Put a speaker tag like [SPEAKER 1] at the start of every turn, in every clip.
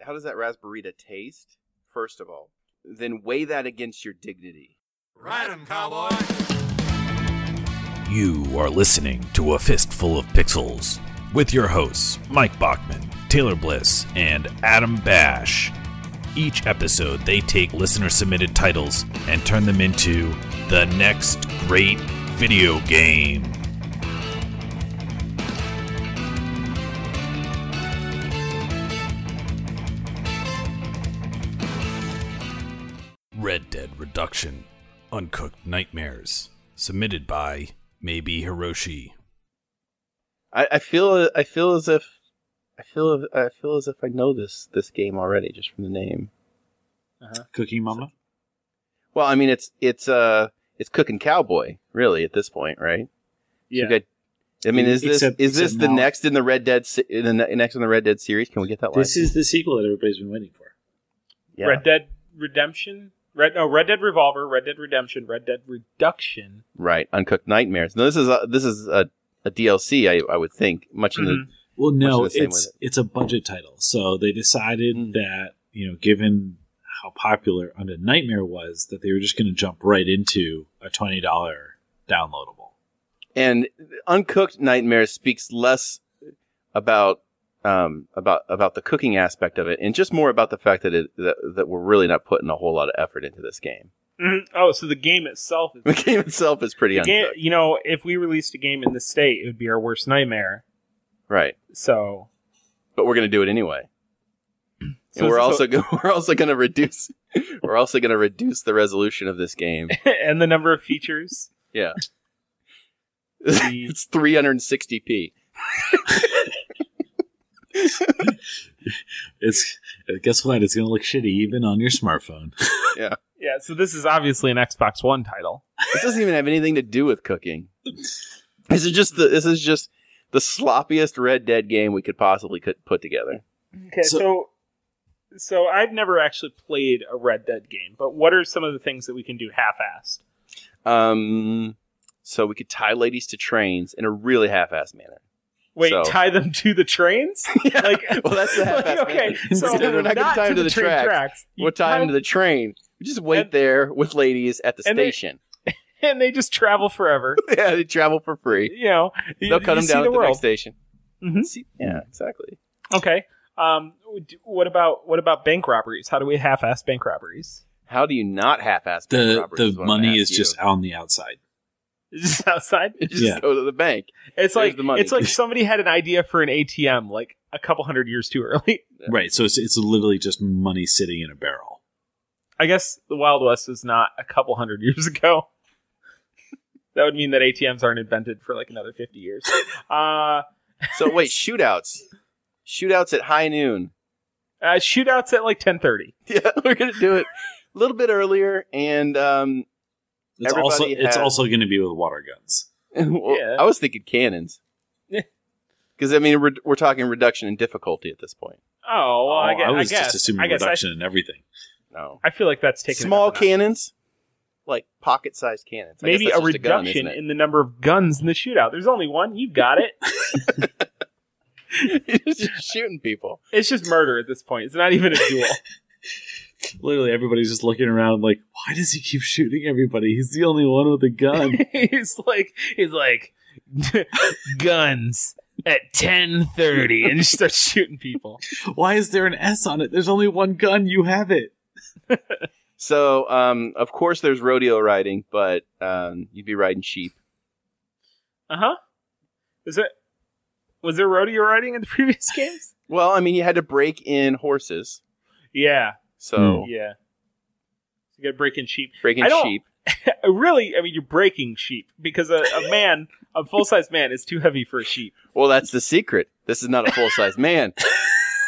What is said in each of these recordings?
[SPEAKER 1] how does that raspberry taste? First of all, then weigh that against your dignity.
[SPEAKER 2] Ride 'em, cowboy.
[SPEAKER 3] You are listening to A Fistful of Pixels with your hosts, Mike Bachman, Taylor Bliss, and Adam Bash. Each episode, they take listener submitted titles and turn them into the next great video game. Red Dead Reduction Uncooked Nightmares, submitted by Maybe Hiroshi.
[SPEAKER 1] I, I feel I feel as if I feel I feel as if I know this this game already just from the name.
[SPEAKER 4] Uh-huh.
[SPEAKER 5] Cooking Mama?
[SPEAKER 1] Well, I mean it's it's uh it's cooking cowboy really at this point, right?
[SPEAKER 5] Yeah.
[SPEAKER 1] You've got- I mean, is this
[SPEAKER 5] Except-
[SPEAKER 1] is this
[SPEAKER 5] except
[SPEAKER 1] the
[SPEAKER 5] now-
[SPEAKER 1] next in the Red Dead se- in the ne- next in the Red Dead series? Can we get that line?
[SPEAKER 5] This is the sequel that everybody's been waiting for.
[SPEAKER 1] yeah.
[SPEAKER 4] Red Dead Redemption. Red no Red Dead Revolver, Red Dead Redemption, Red Dead Reduction.
[SPEAKER 1] right. Uncooked Nightmares. No, this is a, this is a, a DLC. I, I would think much in the
[SPEAKER 5] Well,
[SPEAKER 1] Much
[SPEAKER 5] no,
[SPEAKER 1] of the same
[SPEAKER 5] it's
[SPEAKER 1] with
[SPEAKER 5] it's a budget title. So they decided
[SPEAKER 1] Mm.
[SPEAKER 5] that you know, given how popular Undead Nightmare was, that they were just going to jump right into a twenty dollar downloadable.
[SPEAKER 1] and Uncooked Nightmares speaks less about um about about the cooking aspect of it and just more about the fact that it that, that we're really not putting a whole lot of effort into this game.
[SPEAKER 4] Mhm. Oh, so the game itself is
[SPEAKER 1] The game itself is pretty
[SPEAKER 4] the game,
[SPEAKER 1] uncooked.
[SPEAKER 4] you know, if we released a game in this state, it would be our worst nightmare.
[SPEAKER 1] Right.
[SPEAKER 4] So,
[SPEAKER 1] But we're going to do it anyway.
[SPEAKER 4] so
[SPEAKER 1] and we're
[SPEAKER 4] so-
[SPEAKER 1] also go- we're also going to reduce we're also going to reduce the resolution of this game.
[SPEAKER 4] and the number of features.
[SPEAKER 1] Yeah.
[SPEAKER 4] The-
[SPEAKER 1] it's 360p.
[SPEAKER 5] It's guess what? It's going to look shitty even on your smartphone.
[SPEAKER 4] yeah, so this is obviously an Xbox One title.
[SPEAKER 1] This doesn't even have anything to do with cooking. This is just the this is just the sloppiest Red Dead game we could possibly could put together.
[SPEAKER 4] Okay,
[SPEAKER 5] So-
[SPEAKER 4] so, so I've never actually played a Red Dead game, but what are some of the things that we can do half-assed?
[SPEAKER 1] Um, so we could tie ladies to trains in a really half-ass manner.
[SPEAKER 4] Wait,
[SPEAKER 1] So-
[SPEAKER 4] tie them to the trains? Like,
[SPEAKER 1] Well, that's the half-ass
[SPEAKER 4] like, okay,
[SPEAKER 1] manner.
[SPEAKER 4] so
[SPEAKER 1] We're not gonna tie 'em to the
[SPEAKER 4] train
[SPEAKER 1] tracks.
[SPEAKER 4] You
[SPEAKER 1] We'll tie them to
[SPEAKER 4] tie-
[SPEAKER 1] the train. We just wait
[SPEAKER 4] And-
[SPEAKER 1] there with ladies at the
[SPEAKER 4] and they-
[SPEAKER 1] station.
[SPEAKER 4] and they just travel forever.
[SPEAKER 1] yeah, they travel for free.
[SPEAKER 4] You know, you-
[SPEAKER 1] They'll cut
[SPEAKER 4] you
[SPEAKER 1] them
[SPEAKER 4] see
[SPEAKER 1] down
[SPEAKER 4] the
[SPEAKER 1] at the
[SPEAKER 4] world.
[SPEAKER 1] next station.
[SPEAKER 4] Mhm.
[SPEAKER 1] See- Yeah, exactly.
[SPEAKER 4] Okay. Um, d- what about what about bank robberies? How do we half-ass bank robberies?
[SPEAKER 1] How do you not half-ass bank
[SPEAKER 5] The
[SPEAKER 1] robbers
[SPEAKER 5] the
[SPEAKER 1] is what I'm gonna ask
[SPEAKER 5] money is
[SPEAKER 1] you.
[SPEAKER 5] just on the outside.
[SPEAKER 4] Just outside.
[SPEAKER 1] just
[SPEAKER 5] Yeah.
[SPEAKER 1] go to the bank.
[SPEAKER 4] It's
[SPEAKER 1] There's
[SPEAKER 4] like
[SPEAKER 1] the money.
[SPEAKER 4] it's like somebody had an idea for an ATM like a couple hundred years too early.
[SPEAKER 5] Right. So it's it's literally just money sitting in a barrel.
[SPEAKER 4] I guess the Wild West was not a couple hundred years ago. that would mean that ATMs aren't invented for like another fifty years. Uh,
[SPEAKER 1] So wait, shootouts. Shootouts at high noon.
[SPEAKER 4] uh, shootouts at like ten thirty.
[SPEAKER 1] Yeah, we're gonna do it a little bit earlier, and um,
[SPEAKER 5] It's
[SPEAKER 1] Everybody
[SPEAKER 5] also it's
[SPEAKER 1] has-
[SPEAKER 5] also going to be with water guns.
[SPEAKER 1] well,
[SPEAKER 4] Yeah.
[SPEAKER 1] I was thinking cannons.
[SPEAKER 4] Yeah.
[SPEAKER 1] Because I mean, we're, we're talking reduction in difficulty at this point.
[SPEAKER 4] Oh, well, I,
[SPEAKER 5] Oh,
[SPEAKER 4] guess,
[SPEAKER 5] was
[SPEAKER 4] I guess.
[SPEAKER 5] just assuming
[SPEAKER 4] I guess I-
[SPEAKER 5] reduction and everything.
[SPEAKER 1] No,
[SPEAKER 4] I feel like that's taking
[SPEAKER 1] small
[SPEAKER 4] can.
[SPEAKER 1] cannons, like pocket-sized cannons. I guess
[SPEAKER 4] Maybe
[SPEAKER 1] that's
[SPEAKER 4] a
[SPEAKER 1] just gun,
[SPEAKER 4] reduction
[SPEAKER 1] isn't it?
[SPEAKER 4] in the number of guns in the shootout. There's only one. You've got it.
[SPEAKER 1] It's just shooting people.
[SPEAKER 4] It's just murder at this point. It's not even a duel.
[SPEAKER 5] Literally, everybody's just looking around like, why does he keep shooting everybody? He's the only one with a gun.
[SPEAKER 4] he's like, he's like, guns at ten thirty, and he starts shooting people.
[SPEAKER 5] why is there an S on it? There's only one gun. You have it.
[SPEAKER 1] So, um, of course, there's rodeo riding, but um, you'd be riding sheep.
[SPEAKER 4] Uh huh. Is it? Was there rodeo riding in the previous games?
[SPEAKER 1] Well, I mean, you had to break in horses,
[SPEAKER 4] Yeah,
[SPEAKER 1] so
[SPEAKER 4] yeah. You got breaking sheep.
[SPEAKER 1] breaking
[SPEAKER 4] I don't-
[SPEAKER 1] sheep.
[SPEAKER 4] really, I mean, you're breaking sheep because a, a man, a full size man, is too heavy for a sheep.
[SPEAKER 1] Well, that's the secret. This is not a full size man.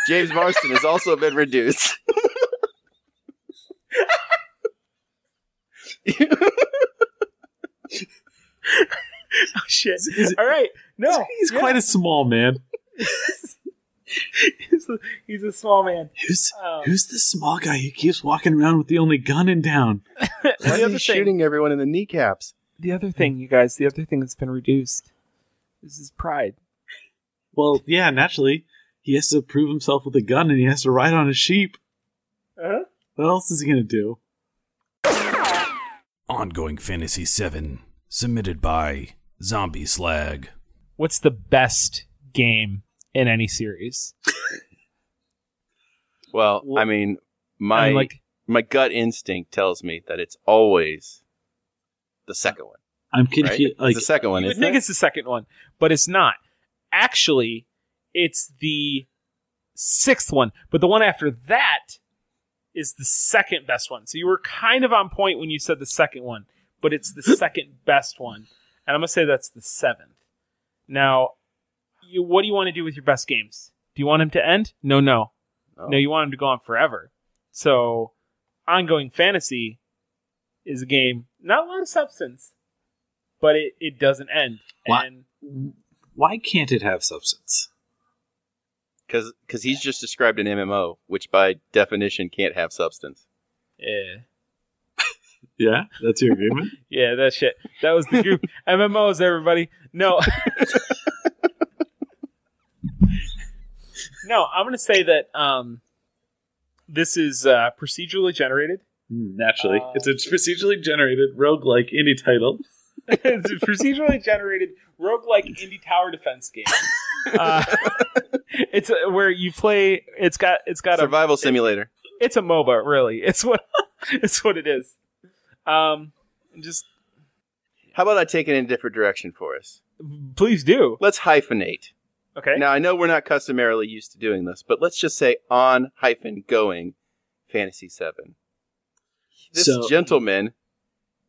[SPEAKER 1] James Marston has also been reduced.
[SPEAKER 4] Oh shit!
[SPEAKER 5] Is- is-
[SPEAKER 4] All right, no,
[SPEAKER 5] He's quite a small man.
[SPEAKER 4] he's, a, he's a small man.
[SPEAKER 5] Who's
[SPEAKER 4] Um,
[SPEAKER 5] who's the small guy who keeps walking around with the only gun in town?
[SPEAKER 1] Why
[SPEAKER 4] the
[SPEAKER 1] is
[SPEAKER 4] other
[SPEAKER 1] he
[SPEAKER 4] thing,
[SPEAKER 1] shooting everyone in the kneecaps?
[SPEAKER 4] the other thing, you guys, the other thing that's been reduced is his pride.
[SPEAKER 5] Well, yeah, naturally. He has to prove himself with a gun and he has to ride on a sheep.
[SPEAKER 4] Uh-huh.
[SPEAKER 5] What else is he going to do?
[SPEAKER 3] Ongoing Fantasy 7, submitted by Zombie Slag.
[SPEAKER 4] What's the best game in any series?
[SPEAKER 1] Well,
[SPEAKER 4] Well,
[SPEAKER 1] I mean,
[SPEAKER 4] I
[SPEAKER 1] my
[SPEAKER 4] mean, like
[SPEAKER 1] my gut instinct tells me that it's always the second one.
[SPEAKER 5] I'm
[SPEAKER 1] Right?
[SPEAKER 5] confused.
[SPEAKER 1] It's
[SPEAKER 5] Like,
[SPEAKER 1] the second one
[SPEAKER 4] you
[SPEAKER 1] is
[SPEAKER 4] would think it's the second one, but it's not. Actually, it's the sixth one, but the one after that is the second best one. So you were kind of on point when you said the second one, but it's the second best one, and I'm gonna say that's the seventh. Now, you, what do you want to do with your best games? Do you want them to end? No, no,
[SPEAKER 1] Oh.
[SPEAKER 4] no. You want them to go on forever. So, ongoing fantasy is a game not a lot of substance, but it, it doesn't end.
[SPEAKER 5] Why-
[SPEAKER 4] And
[SPEAKER 5] why can't it have substance?
[SPEAKER 1] because because he's just described an MMO, which by definition can't have substance.
[SPEAKER 4] yeah,
[SPEAKER 5] Yeah, that's your agreement.
[SPEAKER 4] yeah, that shit. That was the group MMOs. Everybody, no, no. I'm gonna say that um, this is uh, procedurally generated.
[SPEAKER 5] Mm, Naturally,
[SPEAKER 4] Uh,
[SPEAKER 5] it's a procedurally generated roguelike indie title.
[SPEAKER 4] it's a procedurally generated roguelike indie tower defense game. Uh, it's uh, where you play. It's got. It's got a
[SPEAKER 1] Survival simulator.
[SPEAKER 4] it's a MOBA, really. It's what it's what it is. Um, just
[SPEAKER 1] How about I take it in a different direction for us?
[SPEAKER 4] please do.
[SPEAKER 1] Let's hyphenate.
[SPEAKER 4] Okay.
[SPEAKER 1] Now I know we're not customarily used to doing this, but let's just say on hyphen going fantasy seven. This
[SPEAKER 5] So-
[SPEAKER 1] gentleman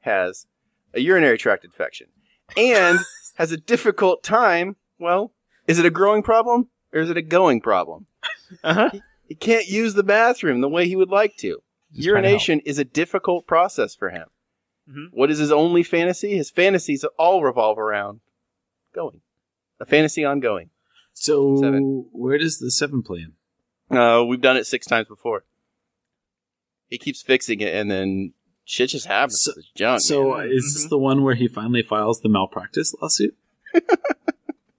[SPEAKER 1] has a urinary tract infection and has a difficult time. Well, is it a growing problem or is it a going problem?
[SPEAKER 4] Uh huh.
[SPEAKER 1] He can't use the bathroom the way he would like to. Urination is a difficult process for him.
[SPEAKER 4] Mhm.
[SPEAKER 1] What is his only fantasy? His fantasies all revolve around going. A fantasy ongoing.
[SPEAKER 5] So,
[SPEAKER 1] Seven.
[SPEAKER 5] where does the seven play in?
[SPEAKER 1] Uh, we've done it six times before. He keeps fixing it, and then shit just happens.
[SPEAKER 5] So-
[SPEAKER 1] It's junk.
[SPEAKER 5] So, uh,
[SPEAKER 1] man.
[SPEAKER 5] is this the one where he finally files the malpractice lawsuit,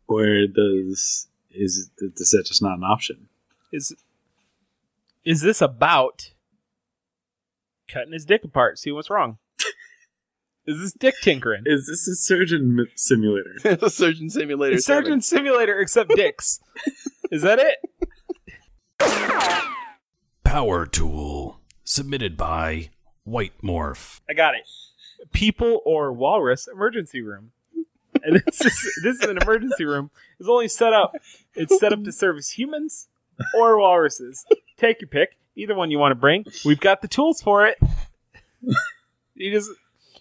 [SPEAKER 5] or does is is that just not an option?
[SPEAKER 4] Is is this about cutting his dick apart? See what's wrong. is this dick tinkering?
[SPEAKER 5] Is this a surgeon mi- simulator?
[SPEAKER 1] the surgeon simulator.
[SPEAKER 4] It's Surgeon Simulator, except dicks. is that it?
[SPEAKER 3] Power Tool, submitted by White Morph.
[SPEAKER 4] I got it. People or walrus emergency room. And this is this is an emergency room. It's only set up. It's set up to service humans or walruses. Take your pick. Either one you want to bring. We've got the tools for it. You just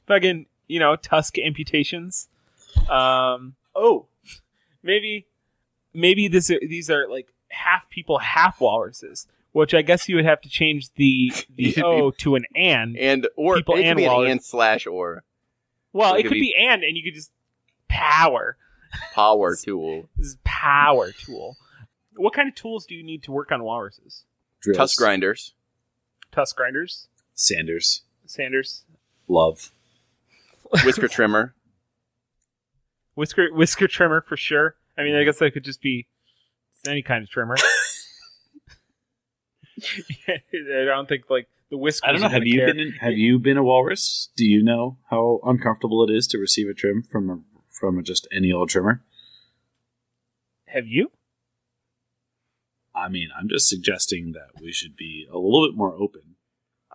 [SPEAKER 4] fucking you know tusk amputations. Um. Oh, maybe maybe this these are like half people, half walruses. Which I guess you would have to change the the
[SPEAKER 1] You'd be-
[SPEAKER 4] O to an and.
[SPEAKER 1] And or
[SPEAKER 4] People
[SPEAKER 1] it could
[SPEAKER 4] and
[SPEAKER 1] be an
[SPEAKER 4] wallets.
[SPEAKER 1] and slash or
[SPEAKER 4] Well,
[SPEAKER 1] It
[SPEAKER 4] it
[SPEAKER 1] could
[SPEAKER 4] could be, and, and you could just power.
[SPEAKER 1] power tool.
[SPEAKER 4] This is power tool. What kind of tools do you need to work on walruses?
[SPEAKER 5] Drills.
[SPEAKER 1] Tusk grinders.
[SPEAKER 4] Tusk grinders,
[SPEAKER 5] Sanders.
[SPEAKER 4] Sanders,
[SPEAKER 5] Love.
[SPEAKER 1] Whisker trimmer.
[SPEAKER 4] whisker whisker trimmer for sure. I mean, I guess that could just be any kind of trimmer. I don't think like the whiskers.
[SPEAKER 5] I don't know.
[SPEAKER 4] are
[SPEAKER 5] Have
[SPEAKER 4] gonna
[SPEAKER 5] you
[SPEAKER 4] care.
[SPEAKER 5] been? In, have you been a walrus? Do you know how uncomfortable it is to receive a trim from a, from a, just any old trimmer?
[SPEAKER 4] Have you?
[SPEAKER 5] I mean, I'm just suggesting that we should be a little bit more open.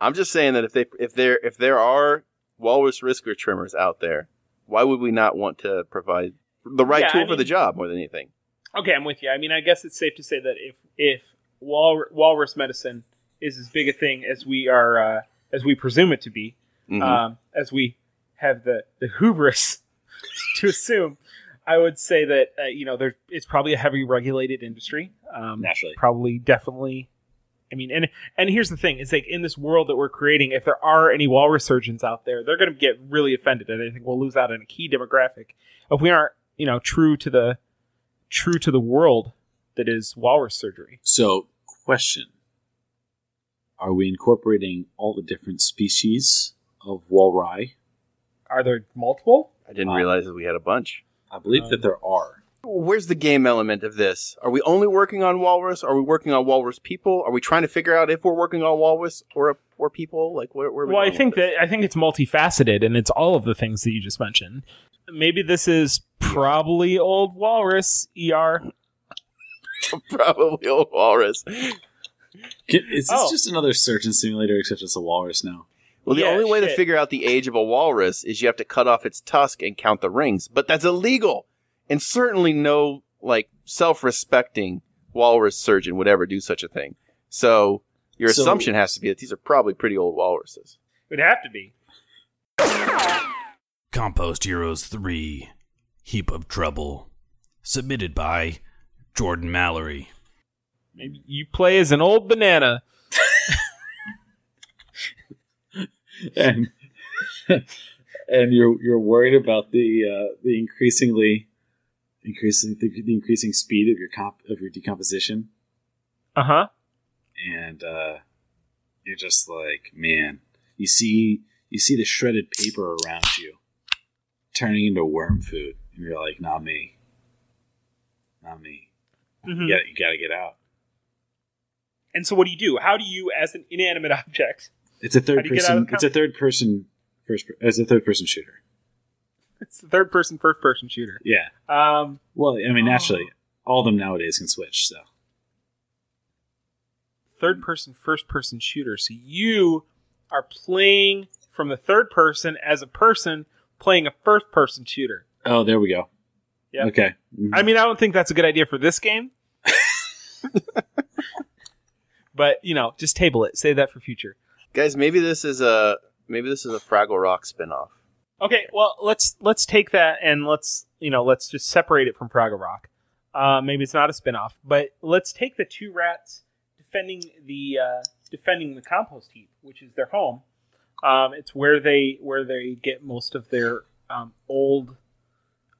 [SPEAKER 1] I'm just saying that if they if there if there are walrus risker trimmers out there, why would we not want to provide the right
[SPEAKER 4] Yeah,
[SPEAKER 1] tool
[SPEAKER 4] I
[SPEAKER 1] for the
[SPEAKER 4] mean-
[SPEAKER 1] job more than anything?
[SPEAKER 4] Okay, I'm with you. I mean, I guess it's safe to say that if if wal- walrus medicine is as big a thing as we are uh, as we presume it to be,
[SPEAKER 1] Mhm.
[SPEAKER 4] um, as we have the, the hubris to assume, I would say that uh, you know there it's probably a heavy regulated industry. Um,
[SPEAKER 5] Naturally.
[SPEAKER 4] probably definitely. I mean, and and here's the thing: it's like in this world that we're creating, if there are any walrus surgeons out there, they're going to get really offended, and I think we'll lose out on a key demographic if we aren't you know true to the true to the world that is walrus surgery.
[SPEAKER 5] So, question: Are we incorporating all the different species of walrye?
[SPEAKER 4] Are there multiple?
[SPEAKER 1] I didn't
[SPEAKER 5] uh,
[SPEAKER 1] realize that we had a bunch.
[SPEAKER 5] I believe that there are.
[SPEAKER 1] where's the game element of this? Are we only working on walrus? Are we working on walrus people? Are we trying to figure out if we're working on walrus or or people? Like where? where are we
[SPEAKER 4] Well, I
[SPEAKER 1] going
[SPEAKER 4] think
[SPEAKER 1] with this?
[SPEAKER 4] that I think it's multifaceted, and it's all of the things that you just mentioned. Maybe this is probably old walrus er.
[SPEAKER 1] probably old walrus.
[SPEAKER 5] Can- Is this
[SPEAKER 4] Oh.
[SPEAKER 5] just another surgeon simulator except it's a walrus now?
[SPEAKER 1] Well, the
[SPEAKER 4] Yeah,
[SPEAKER 1] only way to
[SPEAKER 4] shit.
[SPEAKER 1] figure out the age of a walrus is you have to cut off its tusk and count the rings, but that's illegal, and certainly no like self-respecting walrus surgeon would ever do such a thing. So your
[SPEAKER 5] So-
[SPEAKER 1] assumption has to be that these are probably pretty old walruses.
[SPEAKER 4] It would have to be.
[SPEAKER 3] Compost Heroes 3 Heap of Trouble. Submitted by Jordan Mallory.
[SPEAKER 4] Maybe you play as an old banana.
[SPEAKER 5] and and you're you're worried about the uh, the increasingly increasing the, the increasing speed of your comp of your decomposition,
[SPEAKER 4] Uh huh.
[SPEAKER 5] and uh, you're just like, man, you see you see the shredded paper around you turning into worm food, and you're like, not me, not me.
[SPEAKER 4] Mm-hmm. Hmm.
[SPEAKER 5] You got you got to get out.
[SPEAKER 4] And so, what do you do? How do you, as an inanimate object,
[SPEAKER 5] It's a
[SPEAKER 4] How
[SPEAKER 5] third
[SPEAKER 4] do you get out of
[SPEAKER 5] person.
[SPEAKER 4] the
[SPEAKER 5] It's a third person first. per- It's a third person shooter.
[SPEAKER 4] it's the third person, first person shooter.
[SPEAKER 5] Yeah.
[SPEAKER 4] Um,
[SPEAKER 5] Well, I mean,
[SPEAKER 4] Oh.
[SPEAKER 5] naturally, all of them nowadays can switch. So.
[SPEAKER 4] third person, first person shooter. So you are playing from the third person as a person playing a first person shooter.
[SPEAKER 5] Oh, there we go.
[SPEAKER 4] Yeah.
[SPEAKER 5] Okay.
[SPEAKER 4] I mean, I don't think that's a good idea for this game. but, you know, just table it. Save that for future.
[SPEAKER 1] Guys, maybe this is a maybe this is a Fraggle Rock spinoff.
[SPEAKER 4] Okay, well, let's let's take that and let's, you know, let's just separate it from Fraggle Rock. Uh, maybe it's not a spin-off, but let's take the two rats defending the uh, defending the compost heap, which is their home. Um, it's where they where they get most of their um, old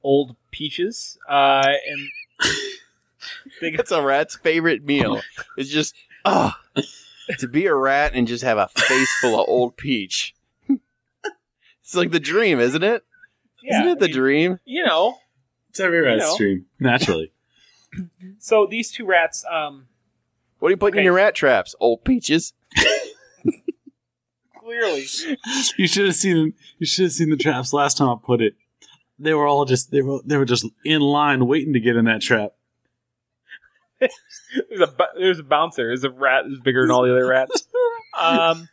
[SPEAKER 4] old peaches uh, and they get
[SPEAKER 1] It's a rat's favorite meal. It's just ah to be a rat and just have a face full of old peach. it's like the dream, isn't it? not it the
[SPEAKER 4] I mean,
[SPEAKER 1] dream?
[SPEAKER 4] you know.
[SPEAKER 5] it's every red
[SPEAKER 4] you know.
[SPEAKER 5] stream naturally.
[SPEAKER 4] So these two rats, um,
[SPEAKER 1] What are you putting
[SPEAKER 4] Okay.
[SPEAKER 1] in your rat traps? Old peaches.
[SPEAKER 4] clearly,
[SPEAKER 5] you should have seen. You should have seen the traps last time I put it. They were all just. They were. They were just in line waiting to get in that trap.
[SPEAKER 4] there's a bu- there's a bouncer, there's a rat that's bigger than all the other rats. Um,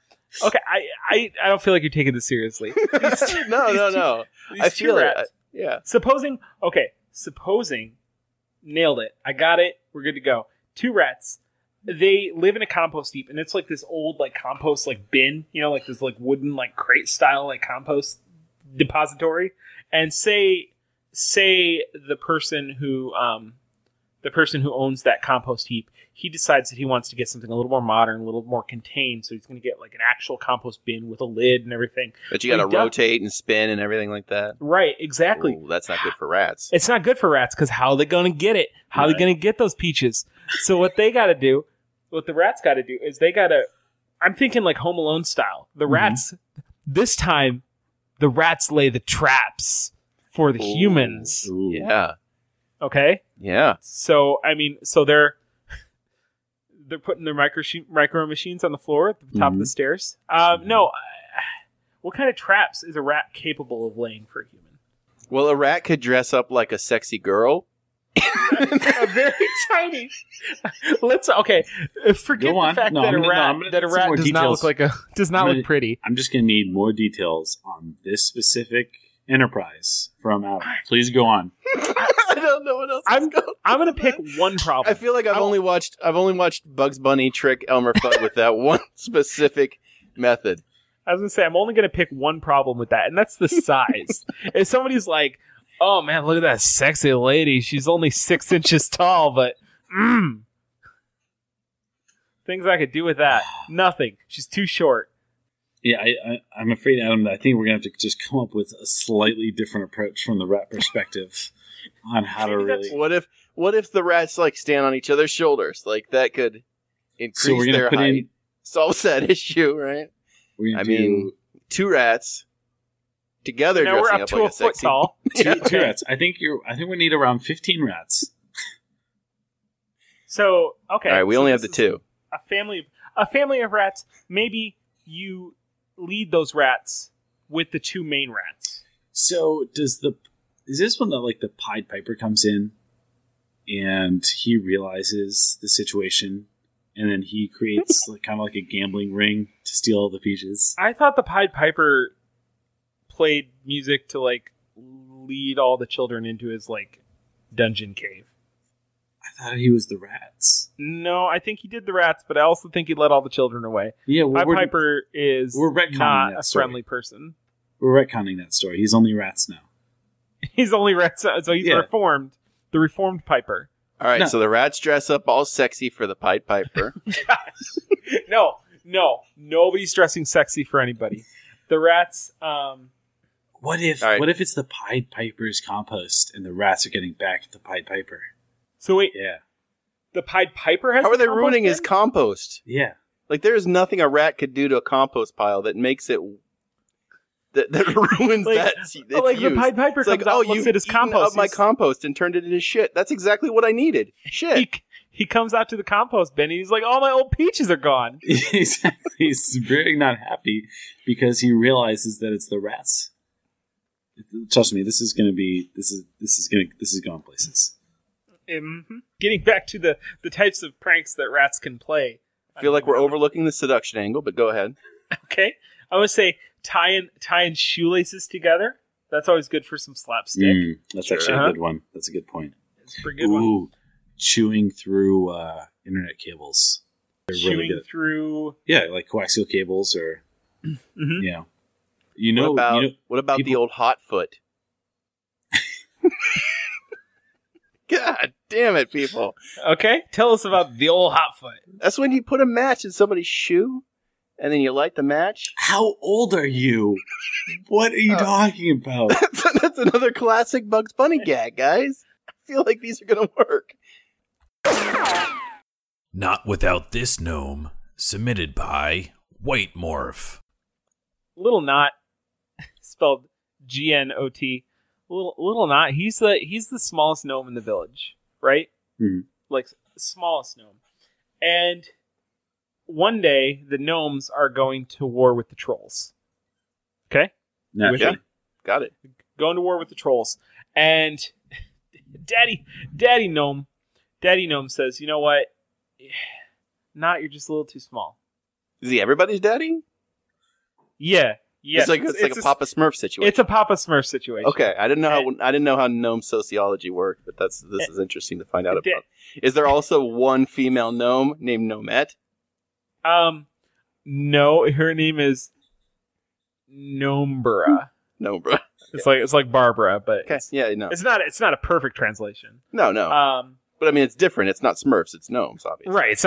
[SPEAKER 4] okay, I, I I don't feel like you're taking this seriously.
[SPEAKER 1] no, no,
[SPEAKER 4] two-
[SPEAKER 1] no.
[SPEAKER 4] These
[SPEAKER 1] I
[SPEAKER 4] two
[SPEAKER 1] feel it.
[SPEAKER 4] rats.
[SPEAKER 1] I- yeah.
[SPEAKER 4] Supposing, okay, supposing, nailed it. I got it. We're good to go. Two rats. They live in a compost heap, and it's like this old like compost like bin, you know, like this like wooden like crate style like compost depository. And say say the person who um the person who owns that compost heap, he decides that he wants to get something a little more modern, a little more contained. So he's going to get like an actual compost bin with a lid and everything.
[SPEAKER 1] But you got to
[SPEAKER 4] We don't-
[SPEAKER 1] rotate and spin and everything like that.
[SPEAKER 4] Right, exactly.
[SPEAKER 1] Ooh, that's not good for rats.
[SPEAKER 4] It's not good for rats because how are they going to get it? How are they
[SPEAKER 5] Right.
[SPEAKER 4] going to get those peaches? So what they got to do, what the rats got to do is they got to. I'm thinking like Home Alone style. The
[SPEAKER 5] Mhm.
[SPEAKER 4] rats this time, the rats lay the traps for the
[SPEAKER 1] Ooh.
[SPEAKER 4] humans.
[SPEAKER 5] Ooh.
[SPEAKER 1] Yeah.
[SPEAKER 4] Okay,
[SPEAKER 1] Yeah.
[SPEAKER 4] so I mean, so they're they're putting their micro micro machines on the floor at the top of the stairs. Um, no, uh, what kind of traps is a rat capable of laying for a human?
[SPEAKER 1] Well, a rat could dress up like a sexy girl.
[SPEAKER 4] a very tiny. Let's okay. uh, Forget
[SPEAKER 5] Go on.
[SPEAKER 4] the fact
[SPEAKER 5] No,
[SPEAKER 4] that,
[SPEAKER 5] I'm
[SPEAKER 4] a
[SPEAKER 5] gonna- no,
[SPEAKER 4] rat,
[SPEAKER 5] I'm gonna
[SPEAKER 4] that a
[SPEAKER 5] need some
[SPEAKER 4] rat
[SPEAKER 5] more
[SPEAKER 4] does not
[SPEAKER 5] details.
[SPEAKER 4] look like a does not
[SPEAKER 5] I'm
[SPEAKER 4] look
[SPEAKER 5] gonna-
[SPEAKER 4] pretty.
[SPEAKER 5] I'm just gonna need more details on this specific enterprise from Adam. Please go on.
[SPEAKER 1] I don't know what else.
[SPEAKER 4] I'm-
[SPEAKER 1] is going
[SPEAKER 4] I'm gonna
[SPEAKER 1] on.
[SPEAKER 4] pick one
[SPEAKER 1] I
[SPEAKER 4] problem.
[SPEAKER 1] feel like I've
[SPEAKER 4] I'll-
[SPEAKER 1] only watched I've only watched Bugs Bunny trick Elmer Fudd with that one specific method.
[SPEAKER 4] I was gonna say I'm only gonna pick one problem with that, and that's the size. if somebody's like, "Oh man, look at that sexy lady. She's only six inches tall," but mm, things I could do with that, nothing. She's too short.
[SPEAKER 5] Yeah, I, I, I'm afraid, Adam. that I think we're gonna have to just come up with a slightly different approach from the rat perspective on how to
[SPEAKER 4] Maybe that's
[SPEAKER 5] really.
[SPEAKER 1] What if what if the rats like stand on each other's shoulders? Like that could increase
[SPEAKER 5] So we're gonna
[SPEAKER 1] their
[SPEAKER 5] put
[SPEAKER 1] height.
[SPEAKER 5] in.
[SPEAKER 1] Solves that issue, right?
[SPEAKER 5] We're gonna
[SPEAKER 1] I
[SPEAKER 5] do.
[SPEAKER 1] mean, Two rats together
[SPEAKER 4] now we're
[SPEAKER 1] dressing
[SPEAKER 4] up,
[SPEAKER 1] up,
[SPEAKER 4] to
[SPEAKER 1] like
[SPEAKER 4] a foot
[SPEAKER 1] sexy-
[SPEAKER 4] tall.
[SPEAKER 5] Two, two rats. I think you're. I think we need around fifteen rats.
[SPEAKER 4] So okay,
[SPEAKER 1] All right, we
[SPEAKER 4] so
[SPEAKER 1] only have the
[SPEAKER 4] this is
[SPEAKER 1] two.
[SPEAKER 4] A family, a family of rats. Maybe you lead those rats with the two main rats.
[SPEAKER 5] So does the is this when the like the Pied Piper comes in and he realizes the situation and then he creates like kind of like a gambling ring to steal all the peaches.
[SPEAKER 4] I thought the Pied Piper played music to like lead all the children into his like dungeon cave.
[SPEAKER 5] I thought he was the rats.
[SPEAKER 4] No, I think he did the rats, but I also think he led all the children away.
[SPEAKER 5] Yeah, well,
[SPEAKER 4] Pied
[SPEAKER 5] we're,
[SPEAKER 4] Piper is
[SPEAKER 5] we're retconning
[SPEAKER 4] not
[SPEAKER 5] that
[SPEAKER 4] a
[SPEAKER 5] story.
[SPEAKER 4] friendly person.
[SPEAKER 5] we're retconning that story. He's only rats now.
[SPEAKER 4] He's only rats, so he's
[SPEAKER 5] Yeah.
[SPEAKER 4] reformed. The reformed Piper.
[SPEAKER 1] All right,
[SPEAKER 5] No.
[SPEAKER 1] so the rats dress up all sexy for the Pied Piper.
[SPEAKER 4] no, no, nobody's dressing sexy for anybody. The rats. Um,
[SPEAKER 5] What if
[SPEAKER 1] All right.
[SPEAKER 5] what if it's the Pied Piper's compost and the rats are getting back at the Pied Piper?
[SPEAKER 4] so wait,
[SPEAKER 5] Yeah,
[SPEAKER 4] the Pied Piper has.
[SPEAKER 1] How are they
[SPEAKER 4] the compost
[SPEAKER 1] ruining his
[SPEAKER 4] bin?
[SPEAKER 1] compost?
[SPEAKER 5] yeah.
[SPEAKER 1] Like there is nothing a rat could do to a compost pile that makes it that, that ruins
[SPEAKER 4] Like-
[SPEAKER 1] that. It's
[SPEAKER 4] Oh, like the
[SPEAKER 1] used.
[SPEAKER 4] Pied Piper
[SPEAKER 1] It's
[SPEAKER 4] comes
[SPEAKER 1] like,
[SPEAKER 4] out,
[SPEAKER 1] oh,
[SPEAKER 4] looks
[SPEAKER 1] you
[SPEAKER 4] at his compost.
[SPEAKER 1] up my
[SPEAKER 4] he's-
[SPEAKER 1] compost and turned it into shit. That's exactly what I needed.
[SPEAKER 4] he,
[SPEAKER 1] Shit.
[SPEAKER 4] he comes out to the compost bin. and He's like, "All my old peaches are gone."
[SPEAKER 5] exactly. He's very not happy because he realizes that it's the rats. Trust me, this is going to be this is this is going to this is going places.
[SPEAKER 4] Mhm. Getting back to the the types of pranks that rats can play.
[SPEAKER 1] I feel like we're overlooking the seduction angle, but go ahead.
[SPEAKER 4] Okay, I would say tying tying shoelaces together. That's always good for some slapstick.
[SPEAKER 5] Mm, that's
[SPEAKER 1] Sure.
[SPEAKER 5] actually
[SPEAKER 4] Uh-huh.
[SPEAKER 5] a good one. That's a good point.
[SPEAKER 4] It's a pretty good one.
[SPEAKER 5] Ooh, chewing through uh, internet cables. They're
[SPEAKER 4] Chewing
[SPEAKER 5] really good.
[SPEAKER 4] through.
[SPEAKER 5] Yeah, like coaxial cables or
[SPEAKER 4] Mhm.
[SPEAKER 5] you know, you know,
[SPEAKER 1] what about
[SPEAKER 5] you know
[SPEAKER 1] what about the
[SPEAKER 5] people-
[SPEAKER 1] old hot foot? God damn it, people!
[SPEAKER 4] Okay, tell us about the old hot foot.
[SPEAKER 1] That's when you put a match in somebody's shoe, and then you light the match.
[SPEAKER 5] how old are you? what are you
[SPEAKER 4] Uh,
[SPEAKER 1] Oh.
[SPEAKER 5] talking about?
[SPEAKER 1] That's another classic Bugs Bunny gag, guys. I feel like these are gonna work.
[SPEAKER 3] Not Without This Gnome, submitted by White Morph.
[SPEAKER 4] little knot spelled G N O T. Little little knot. He's the he's the smallest gnome in the village, right?
[SPEAKER 1] Mm-hmm.
[SPEAKER 5] Mhm.
[SPEAKER 4] Like smallest gnome. And one day the gnomes are going to war with the trolls. Okay,
[SPEAKER 5] Naturally.
[SPEAKER 1] Got it.
[SPEAKER 4] going to war with the trolls. And Daddy Daddy gnome, Daddy gnome says, you know what? Not you're just a little too small.
[SPEAKER 1] Is he everybody's daddy?
[SPEAKER 4] Yeah, yeah.
[SPEAKER 1] it's like it's, like a, Papa Smurf situation.
[SPEAKER 4] It's a Papa Smurf situation.
[SPEAKER 1] Okay, I didn't know how I didn't know how gnome sociology worked, but that's this is interesting to find out
[SPEAKER 4] Da-
[SPEAKER 1] about. Is there also one female gnome named Gnomette?
[SPEAKER 4] Um, no, her name is Nombra.
[SPEAKER 1] No, bro.
[SPEAKER 4] It's like it's like Barbara, but
[SPEAKER 1] Okay,
[SPEAKER 4] it's,
[SPEAKER 1] yeah, no,
[SPEAKER 4] it's not it's not a perfect translation.
[SPEAKER 1] no, no.
[SPEAKER 4] Um,
[SPEAKER 1] but I mean, it's different. It's not Smurfs. It's gnomes, obviously.
[SPEAKER 4] right? It's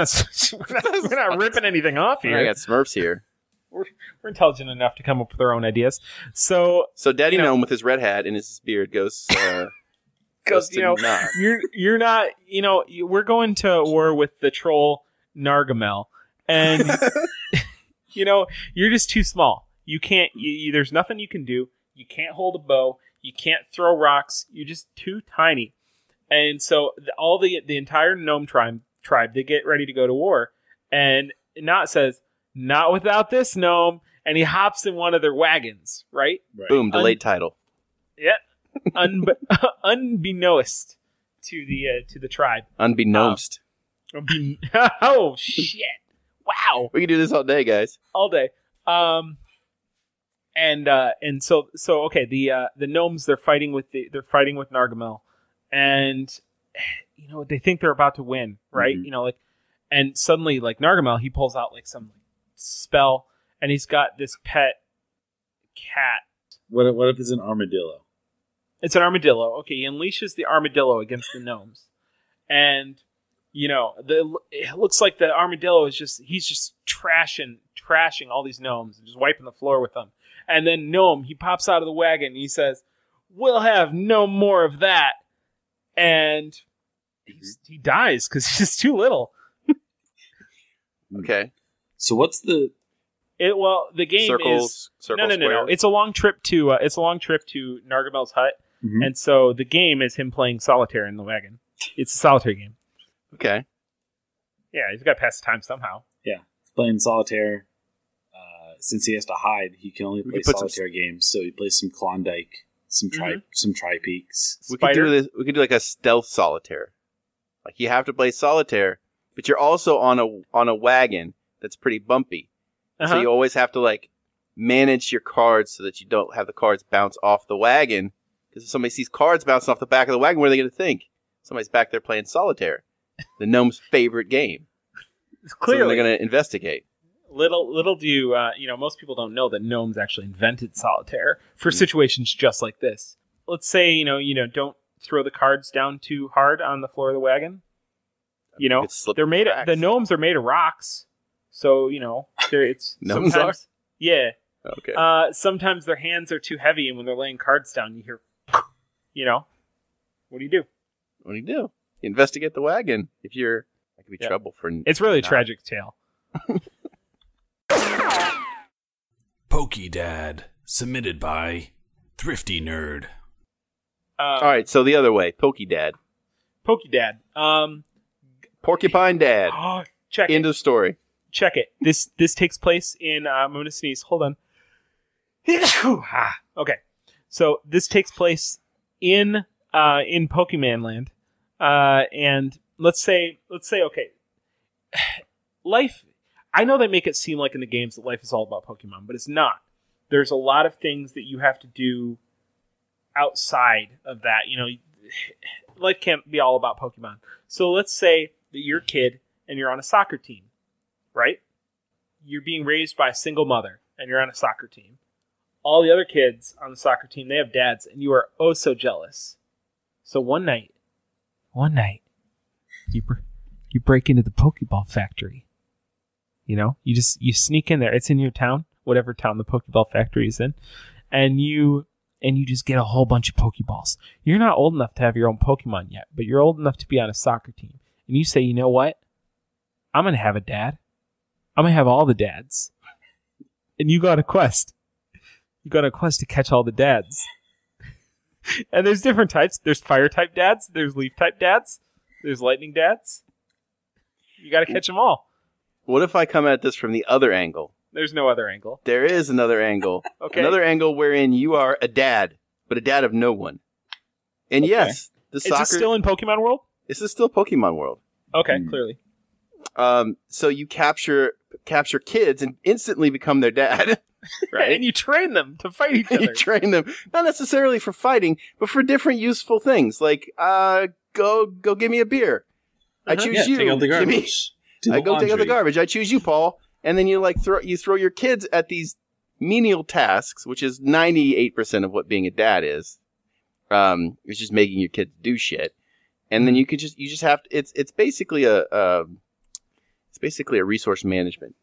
[SPEAKER 4] not we're not, we're not ripping anything off
[SPEAKER 1] I mean, I
[SPEAKER 4] here.
[SPEAKER 1] got Smurfs here.
[SPEAKER 4] We're intelligent enough to come up with our own ideas. So
[SPEAKER 1] So Daddy
[SPEAKER 4] You know-
[SPEAKER 1] Gnome with his red hat and his beard goes uh, goes
[SPEAKER 4] because
[SPEAKER 1] to
[SPEAKER 4] you know
[SPEAKER 1] Nog.
[SPEAKER 4] you're you're not you know you- we're going to war with the troll Nargamel, and you know you're just too small. You can't. You, you, there's nothing you can do. You can't hold a bow. You can't throw rocks. You're just too tiny. And so the, all the the entire gnome tribe tribe they get ready to go to war, and Not says not without this gnome, and he hops in one of their wagons. Right.
[SPEAKER 5] Right.
[SPEAKER 1] Boom, delayed title.
[SPEAKER 4] Unbe- unbeknownst to the uh, to the tribe.
[SPEAKER 1] Unbeknownst.
[SPEAKER 4] Ah. Unbe- oh shit! Wow,
[SPEAKER 1] we can do this all day, guys.
[SPEAKER 4] all day. Um, and uh, and so so okay. The uh, the gnomes they're fighting with the they're fighting with Nargamel, and you know they think they're about to win, right?
[SPEAKER 5] Mhm.
[SPEAKER 4] You know, like, and suddenly like Nargamel he pulls out like some spell, and he's got this pet cat.
[SPEAKER 5] What if, what if it's an armadillo?
[SPEAKER 4] It's an armadillo. Okay, he unleashes the armadillo against the gnomes, and you know the it looks like the armadillo is just he's just trashing trashing all these gnomes and just wiping the floor with them. And then gnome he pops out of the wagon and he says, "We'll have no more of that," and he's, he dies because he's just too little.
[SPEAKER 1] Okay.
[SPEAKER 5] So what's the
[SPEAKER 4] It well, the game is
[SPEAKER 1] circles, circle
[SPEAKER 4] no, no, no,
[SPEAKER 1] square.
[SPEAKER 4] no. It's a long trip to uh, it's a long trip to Nargamel's hut,
[SPEAKER 1] Mm-hmm.
[SPEAKER 5] Mhm.
[SPEAKER 4] and so the game is him playing solitaire in the wagon. It's a solitaire game.
[SPEAKER 1] okay.
[SPEAKER 4] Yeah, he's got to pass the time somehow.
[SPEAKER 5] playing solitaire. Uh, since he has to hide, he can only
[SPEAKER 1] We
[SPEAKER 5] play
[SPEAKER 1] could put some-
[SPEAKER 5] solitaire games. So he plays some Klondike, some tri, some Tri Peaks.
[SPEAKER 1] We could
[SPEAKER 4] Spider.
[SPEAKER 1] do this. We could do like a stealth solitaire. Like you have to play solitaire, but you're also on a on a wagon that's pretty bumpy.
[SPEAKER 4] Uh-huh.
[SPEAKER 1] So you always have to like manage your cards so that you don't have the cards bounce off the wagon. Because if somebody sees cards bouncing off the back of the wagon, what are they going to think? Somebody's back there playing solitaire, the gnome's favorite game. So then
[SPEAKER 4] Clearly,
[SPEAKER 1] they're going to investigate.
[SPEAKER 4] little little do you, uh, you know, most people don't know that gnomes actually invented solitaire for
[SPEAKER 1] Mm-hmm.
[SPEAKER 4] situations just like this. Let's say you know you know don't throw the cards down too hard on the floor of the wagon. You know,
[SPEAKER 1] Could slip
[SPEAKER 4] they're made
[SPEAKER 1] cracks.
[SPEAKER 4] the gnomes are made of rocks, so you know they're, it's
[SPEAKER 1] Gnomes
[SPEAKER 4] sometimes yeah.
[SPEAKER 1] Okay.
[SPEAKER 4] Uh, sometimes their hands are too heavy, and when they're laying cards down, you hear, you know, what do you do?
[SPEAKER 1] what do you do? You investigate the wagon. If you're, that could be
[SPEAKER 4] Yeah.
[SPEAKER 1] trouble for.
[SPEAKER 4] It's really a
[SPEAKER 1] Nah.
[SPEAKER 4] tragic tale.
[SPEAKER 3] Pokey Dad, submitted by Thrifty Nerd.
[SPEAKER 4] Uh,
[SPEAKER 1] All right. So the other way, Pokey Dad,
[SPEAKER 4] Pokey Dad. Um,
[SPEAKER 1] Porcupine Dad.
[SPEAKER 4] check it.
[SPEAKER 1] End of story.
[SPEAKER 4] check it. This this takes place in. Uh, I'm gonna sneeze. Hold on. Ah, okay, so this takes place in uh, in Pokemon Land, uh, and let's say let's say okay, life. I know they make it seem like in the games that life is all about Pokemon, but it's not. There's a lot of things that you have to do outside of that. You know, life can't be all about Pokemon. So let's say that you're a kid and you're on a soccer team right? You're being raised by a single mother and you're on a soccer team. All the other kids on the soccer team, they have dads, and you are oh so jealous. So one night, one night, you br- you break into the Pokeball factory. You know, you just you sneak in there. It's in your town, whatever town the Pokeball factory is in, and you and you just get a whole bunch of Pokeballs. You're not old enough to have your own Pokemon yet, but you're old enough to be on a soccer team. And you say, you know what? I'm gonna have a dad. I'm gonna have all the dads. And you got a quest. You got a quest to catch all the dads. and there's different types. There's fire type dads. There's leaf type dads. There's lightning dads. You gotta catch them all.
[SPEAKER 1] What if I come at this from the other angle?
[SPEAKER 4] There's no other angle.
[SPEAKER 1] There is another angle.
[SPEAKER 4] Okay.
[SPEAKER 1] Another angle wherein you are a dad, but a dad of no one. And yes, the
[SPEAKER 4] Is
[SPEAKER 1] soccer.
[SPEAKER 4] this still in Pokemon World?
[SPEAKER 1] this is still Pokemon World.
[SPEAKER 4] Okay,
[SPEAKER 1] Mm.
[SPEAKER 5] Hmm.
[SPEAKER 4] clearly.
[SPEAKER 1] Um, so you capture capture kids and instantly become their dad, right?
[SPEAKER 4] and you train them to fight each
[SPEAKER 1] you
[SPEAKER 4] other.
[SPEAKER 1] train them not necessarily for fighting, but for different useful things, like uh, go go give me a beer. I
[SPEAKER 4] Uh-huh.
[SPEAKER 1] choose
[SPEAKER 5] Yeah,
[SPEAKER 1] you.
[SPEAKER 5] take out the
[SPEAKER 1] give me-
[SPEAKER 5] garbage. Do the
[SPEAKER 1] I go take out the
[SPEAKER 5] laundry.
[SPEAKER 1] garbage. I choose you, Paul. And then you like throw you throw your kids at these menial tasks, which is ninety eight percent of what being a dad is. Um, it's just making your kids do shit, and
[SPEAKER 5] Mm-hmm.
[SPEAKER 1] then you could just you just have to, it's it's basically a um it's basically a resource management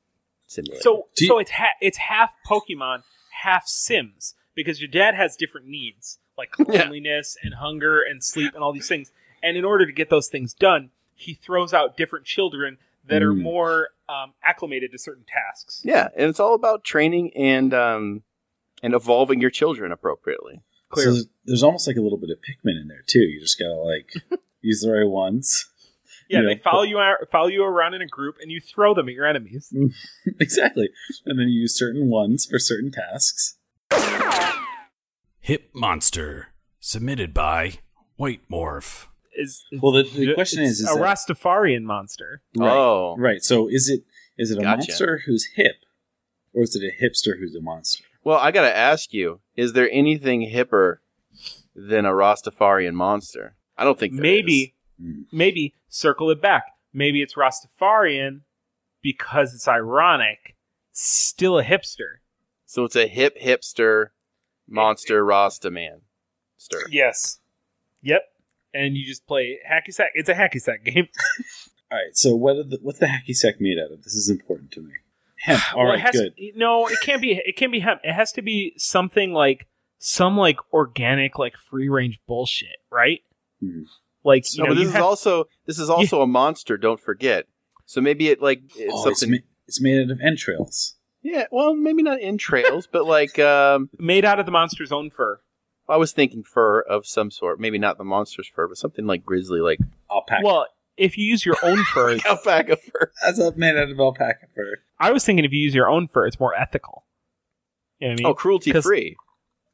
[SPEAKER 1] simulator.
[SPEAKER 4] So
[SPEAKER 5] Do you-
[SPEAKER 4] so it's ha- it's half Pokemon, half Sims because your dad has different needs like cleanliness and hunger and sleep and all these things. And in order to get those things done, he throws out different children that are
[SPEAKER 5] Mm.
[SPEAKER 4] more um, acclimated to certain tasks.
[SPEAKER 1] yeah, and it's all about training and um and evolving your children appropriately.
[SPEAKER 5] So there's- there's almost like a little bit of Pikmin in there too. You just gotta like use the right ones.
[SPEAKER 4] Yeah,
[SPEAKER 5] Yeah.
[SPEAKER 4] they follow you out, follow you around in a group, and you throw them at your enemies.
[SPEAKER 5] Mm. exactly, and then you use certain ones for certain tasks.
[SPEAKER 3] Hip Monster, submitted by White Morph.
[SPEAKER 4] Is
[SPEAKER 5] Well, the, the question
[SPEAKER 4] it's
[SPEAKER 5] is, is
[SPEAKER 4] a
[SPEAKER 5] that,
[SPEAKER 4] Rastafarian monster?
[SPEAKER 5] right,
[SPEAKER 1] Oh,
[SPEAKER 5] right? So is it is it a
[SPEAKER 1] Gotcha.
[SPEAKER 5] monster who's hip, or is it a hipster who's a monster?
[SPEAKER 1] well, I gotta ask you: Is there anything hipper than a Rastafarian monster? I don't think there is.
[SPEAKER 4] Maybe,
[SPEAKER 5] Mm.
[SPEAKER 4] maybe circle it back. Maybe it's Rastafarian because it's ironic. Still a hipster.
[SPEAKER 1] So it's a hip hipster monster Rasta man. Stir.
[SPEAKER 4] Yes. Yep. And you just play hacky sack. It's a hacky sack game.
[SPEAKER 5] All right. So what are the, what's the hacky sack made out of? This is important to me. Hemp. All
[SPEAKER 4] Well,
[SPEAKER 5] right.
[SPEAKER 4] it has
[SPEAKER 5] good.
[SPEAKER 4] To, no, it can't be. It can be hemp. It has to be something like some like organic, like free range bullshit, right?
[SPEAKER 5] Mhm.
[SPEAKER 4] Like you
[SPEAKER 1] no,
[SPEAKER 4] know,
[SPEAKER 1] but this
[SPEAKER 4] you
[SPEAKER 1] is
[SPEAKER 4] have-
[SPEAKER 1] also this is also a monster. Don't forget. So maybe it like it's
[SPEAKER 5] Oh, it's,
[SPEAKER 1] something.
[SPEAKER 5] ma- it's made out of entrails.
[SPEAKER 1] Yeah, well, maybe not entrails, but like um,
[SPEAKER 4] Made out of the monster's own fur.
[SPEAKER 1] I was thinking fur of some sort. Maybe not the monster's fur, but something like grizzly, like
[SPEAKER 5] Alpaca.
[SPEAKER 4] Well, if you use your own fur,
[SPEAKER 1] alpaca fur.
[SPEAKER 5] That's a made out of alpaca fur.
[SPEAKER 4] I was thinking if you use your own fur, it's more ethical. You know what I mean?
[SPEAKER 1] Oh, cruelty free.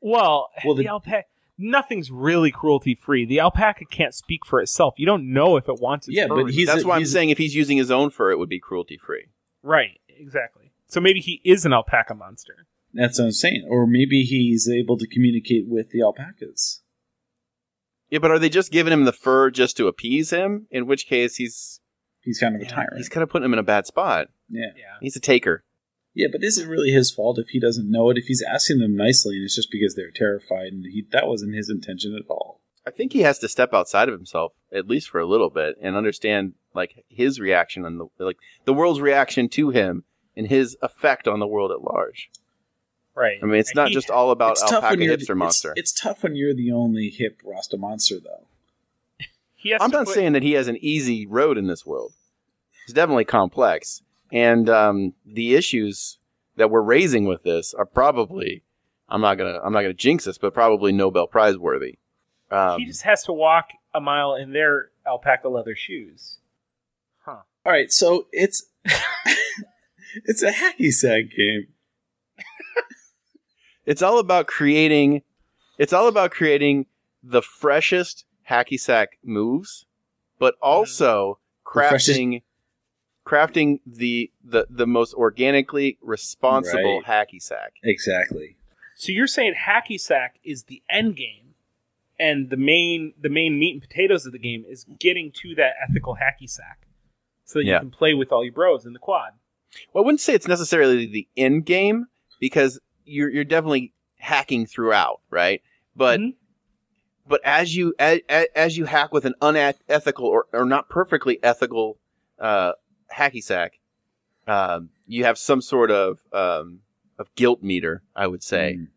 [SPEAKER 4] Well,
[SPEAKER 5] Well,
[SPEAKER 4] the,
[SPEAKER 5] the-
[SPEAKER 4] alpaca. Nothing's really cruelty free. The alpaca can't speak for itself. You don't know if it wants its
[SPEAKER 5] Yeah,
[SPEAKER 4] fur
[SPEAKER 5] but
[SPEAKER 4] or
[SPEAKER 5] he's
[SPEAKER 1] That's
[SPEAKER 5] a-
[SPEAKER 1] why I'm
[SPEAKER 5] he's a-
[SPEAKER 1] saying if he's using his own fur, it would be cruelty free.
[SPEAKER 4] not. right. Exactly. So maybe he is an alpaca monster.
[SPEAKER 5] That's what I'm saying. Or maybe he's able to communicate with the alpacas.
[SPEAKER 1] Yeah, but are they just giving him the fur just to appease him? In which case, he's
[SPEAKER 5] He's kind of a
[SPEAKER 1] yeah,
[SPEAKER 5] tyrant.
[SPEAKER 1] he's kind of putting him in a bad spot.
[SPEAKER 5] yeah.
[SPEAKER 4] Yeah.
[SPEAKER 1] He's a taker.
[SPEAKER 5] Yeah, but is it really his fault if he doesn't know it? If he's asking them nicely and it's just because they're terrified and he, that wasn't his intention at all.
[SPEAKER 1] I think he has to step outside of himself at least for a little bit and understand like his reaction and the like the world's reaction to him and his effect on the world at large.
[SPEAKER 4] Right.
[SPEAKER 1] I mean, it's not
[SPEAKER 4] He-
[SPEAKER 1] just all about
[SPEAKER 5] it's tough
[SPEAKER 1] alpaca
[SPEAKER 5] when you're
[SPEAKER 1] hipster
[SPEAKER 5] the-
[SPEAKER 1] monster.
[SPEAKER 5] It's, it's tough when you're the only hip Rasta monster, though.
[SPEAKER 4] He has
[SPEAKER 1] I'm
[SPEAKER 4] to
[SPEAKER 1] not
[SPEAKER 4] put-
[SPEAKER 1] saying that he has an easy road in this world. It's definitely complex, and um, the issues that we're raising with this are probably I'm not gonna I'm not gonna jinx this, but probably Nobel Prize worthy. Um,
[SPEAKER 4] he just has to walk a mile in their alpaca leather shoes. Huh.
[SPEAKER 5] All right, so it's it's a hacky sack game.
[SPEAKER 1] It's all about creating. It's all about creating the freshest hacky sack moves, but
[SPEAKER 4] Mm-hmm.
[SPEAKER 1] also
[SPEAKER 5] The freshest-
[SPEAKER 1] crafting, crafting the the the most organically responsible hacky sack.
[SPEAKER 5] Exactly.
[SPEAKER 4] So you're saying hacky sack is the end game, and the main the main meat and potatoes of the game is getting to that ethical hacky sack, so that
[SPEAKER 1] Yeah.
[SPEAKER 4] you can play with all your bros in the quad.
[SPEAKER 1] Well, I wouldn't say it's necessarily the end game because you're you're definitely hacking throughout, right? But
[SPEAKER 4] Mhm.
[SPEAKER 1] but as you as, as you hack with an unethical or, or not perfectly ethical uh, hacky sack, um, you have some sort of um, of guilt meter, I would say,
[SPEAKER 5] Mm.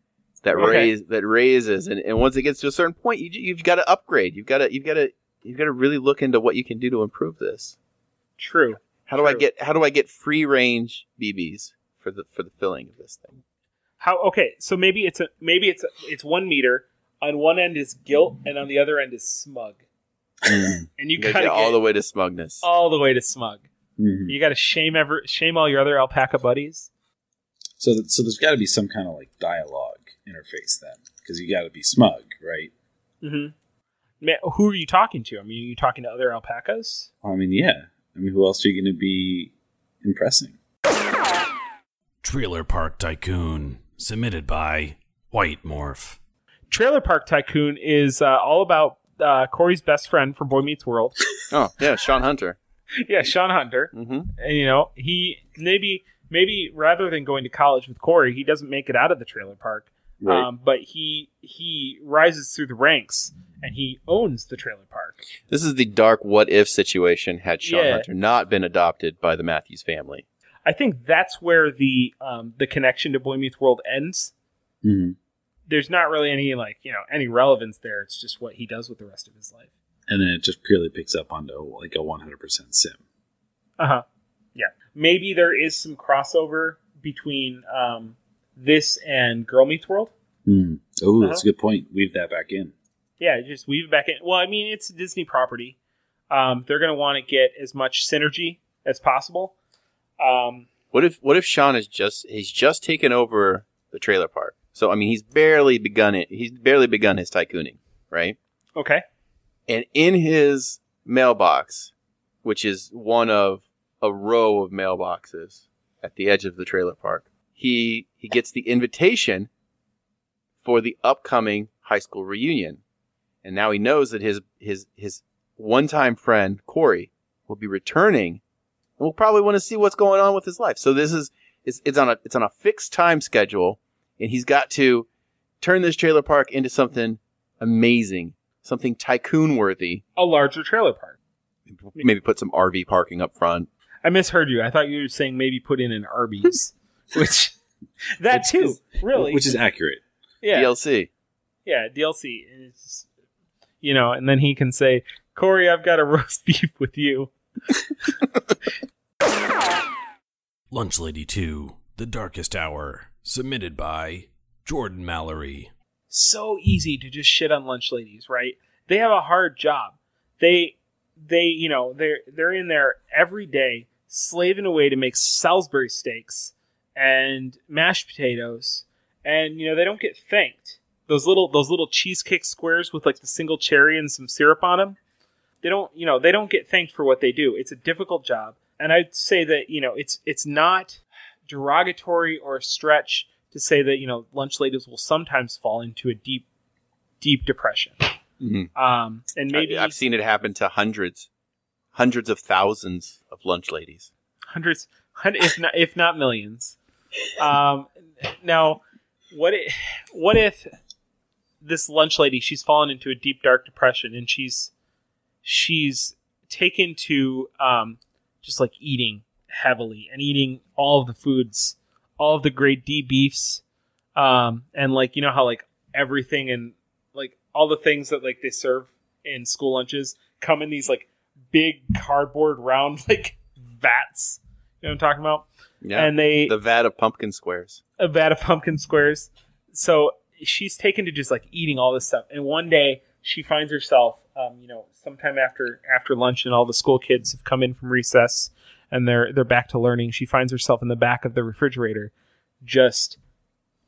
[SPEAKER 1] that
[SPEAKER 4] Okay.
[SPEAKER 1] raise that raises, and, and once it gets to a certain point, you, ju- you've got to upgrade. You've got to you've got to you've got to really look into what you can do to improve this.
[SPEAKER 4] true.
[SPEAKER 1] How do I
[SPEAKER 4] True.
[SPEAKER 1] get how do I get free range BBs for the for the filling of this thing?
[SPEAKER 4] How okay? So maybe it's a maybe it's a, it's one meter. On one end is guilt, and on the other end is smug. And
[SPEAKER 1] Mm. You
[SPEAKER 4] you
[SPEAKER 1] gotta
[SPEAKER 4] gotta
[SPEAKER 1] get all
[SPEAKER 4] get
[SPEAKER 1] the way to smugness.
[SPEAKER 4] all the way to smug.
[SPEAKER 5] Mhm.
[SPEAKER 4] You gotta shame ever shame all your other alpaca buddies.
[SPEAKER 5] So th- so there's got to be some kind of like dialogue interface then, because you got to be smug, right?
[SPEAKER 4] Mm-hmm. Who are you talking to? I mean, are you talking to other alpacas?
[SPEAKER 5] I mean, yeah. I mean, who else are you going to be impressing?
[SPEAKER 3] Trailer Park Tycoon, submitted by White Morph.
[SPEAKER 4] Trailer Park Tycoon is uh, all about uh, Corey's best friend from Boy Meets World.
[SPEAKER 1] Oh yeah, Sean Hunter.
[SPEAKER 4] yeah, Sean Hunter.
[SPEAKER 1] hmm
[SPEAKER 4] And, you know, he maybe maybe rather than going to college with Corey, he doesn't make it out of the trailer park.
[SPEAKER 5] Right.
[SPEAKER 4] Um, but he he rises through the ranks and he owns the trailer park.
[SPEAKER 1] This is the dark what if situation had Sean
[SPEAKER 4] Yeah.
[SPEAKER 1] Hunter not been adopted by the Matthews family.
[SPEAKER 4] I think that's where the um, the connection to Boy Meets World ends.
[SPEAKER 5] Mhm.
[SPEAKER 4] There's not really any like you know any relevance there. It's just what he does with the rest of his life.
[SPEAKER 5] And then it just purely picks up onto like a 100% sim.
[SPEAKER 4] Uh huh. Yeah. Maybe there is some crossover between um, this and Girl Meets World.
[SPEAKER 5] Mm. Oh, that's
[SPEAKER 4] Uh-huh.
[SPEAKER 5] a good point. Weave that back in.
[SPEAKER 4] Yeah, just weave it back in. Well, I mean, it's a Disney property. Um, they're going to want to get as much synergy as possible. Um,
[SPEAKER 1] What if what if Sean is just he's just taken over the trailer park? So I mean he's barely begun it. He's barely begun his tycooning, right?
[SPEAKER 4] okay.
[SPEAKER 1] And in his mailbox, which is one of a row of mailboxes at the edge of the trailer park, he he gets the invitation for the upcoming high school reunion. And now he knows that his his his one-time friend Corey will be returning and we'll probably want to see what's going on with his life. So this is it's, it's on a it's on a fixed time schedule and he's got to turn this trailer park into something amazing, something tycoon worthy.
[SPEAKER 4] A larger trailer park.
[SPEAKER 1] Maybe put some RV parking up front.
[SPEAKER 4] I misheard you. I thought you were saying maybe put in an Arby's, which that
[SPEAKER 5] Which
[SPEAKER 4] too,
[SPEAKER 5] is-
[SPEAKER 4] really,
[SPEAKER 5] Which is accurate.
[SPEAKER 4] yeah,
[SPEAKER 1] DLC.
[SPEAKER 4] yeah, DLC. And It's, you know, and then he can say, Corey, I've got a roast beef with you.
[SPEAKER 3] Lunch Lady 2, The Darkest Hour, submitted by Jordan Mallory.
[SPEAKER 4] so easy to just shit on lunch ladies, right? They have a hard job. They they you know they're they're in there every day slaving away to make Salisbury steaks and mashed potatoes, and you know they don't get thanked. Those little those little cheesecake squares with like the single cherry and some syrup on them, they don't you know they don't get thanked for what they do. It's a difficult job, and I'd say that you know it's it's not derogatory or a stretch to say that you know lunch ladies will sometimes fall into a deep deep depression um and maybe
[SPEAKER 1] I, have seen it happen to hundreds, hundreds of thousands of lunch ladies.
[SPEAKER 4] hundreds, hun- if not if not millions. Um, now, what if what if this lunch lady she's fallen into a deep dark depression and she's she's taken to um, just like eating heavily and eating all of the foods, all of the grade D beefs, um, and like you know how like everything and like all the things that like they serve in school lunches come in these like big cardboard round like vats. You know what I'm talking about?
[SPEAKER 1] Yeah,
[SPEAKER 4] And they
[SPEAKER 1] the vat of pumpkin squares.
[SPEAKER 4] a vat of pumpkin squares. So she's taken to just like eating all this stuff. And one day she finds herself, um, you know, sometime after after lunch, and all the school kids have come in from recess, and they're they're back to learning. She finds herself in the back of the refrigerator, just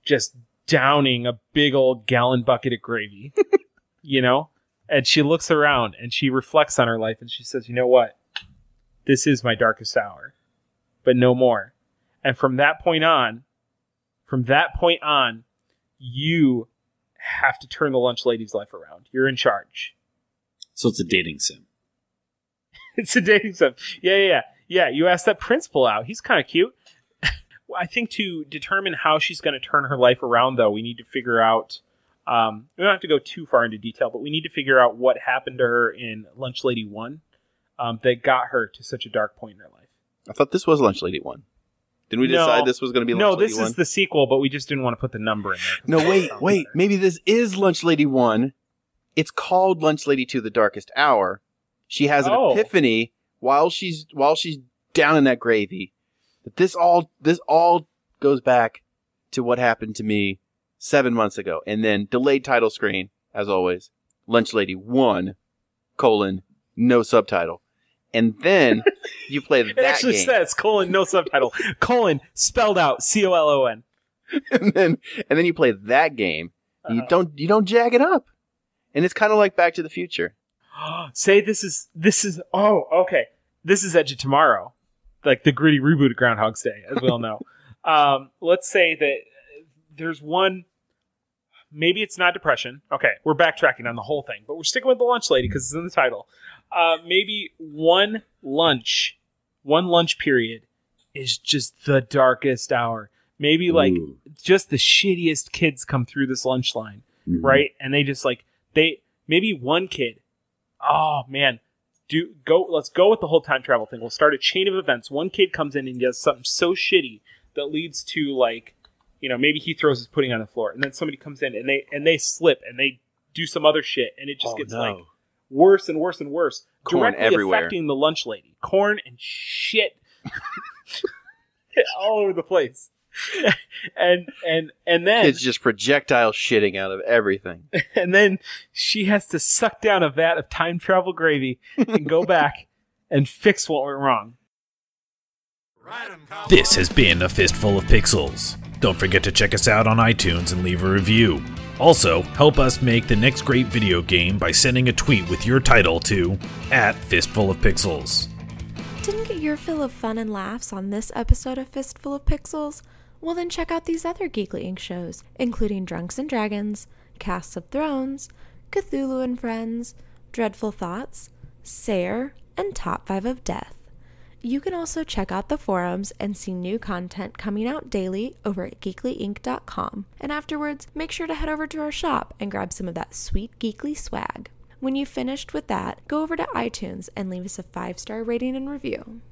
[SPEAKER 4] just downing a big old gallon bucket of gravy, you know. And she looks around and she reflects on her life, and she says, "You know what? This is my darkest hour, but no more." And from that point on, from that point on, you have to turn the lunch lady's life around. You're in charge.
[SPEAKER 5] So it's a dating sim.
[SPEAKER 4] It's a dating sim. Yeah, yeah, yeah. Yeah, you ask that principal out. He's kind of cute. Well, I think to determine how she's going to turn her life around, though, we need to figure out. Um, we don't have to go too far into detail, but we need to figure out what happened to her in Lunch Lady One um, that got her to such a dark point in her life.
[SPEAKER 1] I thought this was lunch lady one. Didn't we
[SPEAKER 4] No.
[SPEAKER 1] decide this was going to be lunch
[SPEAKER 4] No,
[SPEAKER 1] lady
[SPEAKER 4] this
[SPEAKER 1] one?
[SPEAKER 4] is the sequel, but we just didn't want to put the number in there.
[SPEAKER 1] No, wait, wait. Maybe this is Lunch Lady 1. It's called Lunch Lady 2 The Darkest Hour. She has an
[SPEAKER 4] Oh.
[SPEAKER 1] epiphany while she's while she's down in that gravy. That this all this all goes back to what happened to me 7 months ago. And then delayed title screen as always. Lunch Lady 1 colon no subtitle. And then you play that
[SPEAKER 4] It actually
[SPEAKER 1] game.
[SPEAKER 4] says colon no subtitle colon spelled out C O L O N.
[SPEAKER 1] and then and then you play that game and you
[SPEAKER 4] Uh-huh.
[SPEAKER 1] don't you don't jag it up and it's kind of like back to the future
[SPEAKER 4] Say this is this is oh okay this is Edge of Tomorrow, like the gritty reboot of Groundhog's Day, as we all know. um, let's say that there's one. Maybe it's not depression. Okay, we're backtracking on the whole thing, but we're sticking with the lunch lady because it's in the title. Uh, maybe one lunch, one lunch period is just the darkest hour. Maybe like
[SPEAKER 5] Ooh.
[SPEAKER 4] just the shittiest kids come through this lunch line
[SPEAKER 1] Mm-hmm.
[SPEAKER 5] Mhm.
[SPEAKER 4] right? And they just like they maybe one kid. Oh man, do go. Let's go with the whole time travel thing. We'll start a chain of events. One kid comes in and does something so shitty that leads to like, you know, maybe he throws his pudding on the floor, and then somebody comes in and they and they slip and they do some other shit, and it just gets like worse and worse and worse,
[SPEAKER 1] Oh, Corn
[SPEAKER 4] directly
[SPEAKER 1] everywhere.
[SPEAKER 4] affecting the lunch lady. Corn and shit all over the place. and and and then
[SPEAKER 1] it's just projectile shitting out of everything
[SPEAKER 4] and then she has to suck down a vat of time travel gravy and go back and fix what went wrong.
[SPEAKER 3] This has been A Fistful of Pixels. Don't forget to check us out on iTunes and leave a review. Also, help us make the next great video game by sending a tweet with your title to at Fistful of Pixels.
[SPEAKER 2] Didn't get your fill of fun and laughs on this episode of Fistful of Pixels? Well, then check out these other Geekly Inc. shows, including Drunks and Dragons, Casts of Thrones, Cthulhu and Friends, Dreadful Thoughts, Sayer, and Top 5 of Death. You can also check out the forums and see new content coming out daily over at geeklyinc.com. And afterwards, make sure to head over to our shop and grab some of that sweet geekly swag. When you've finished with that, go over to iTunes and leave us a five star rating and review.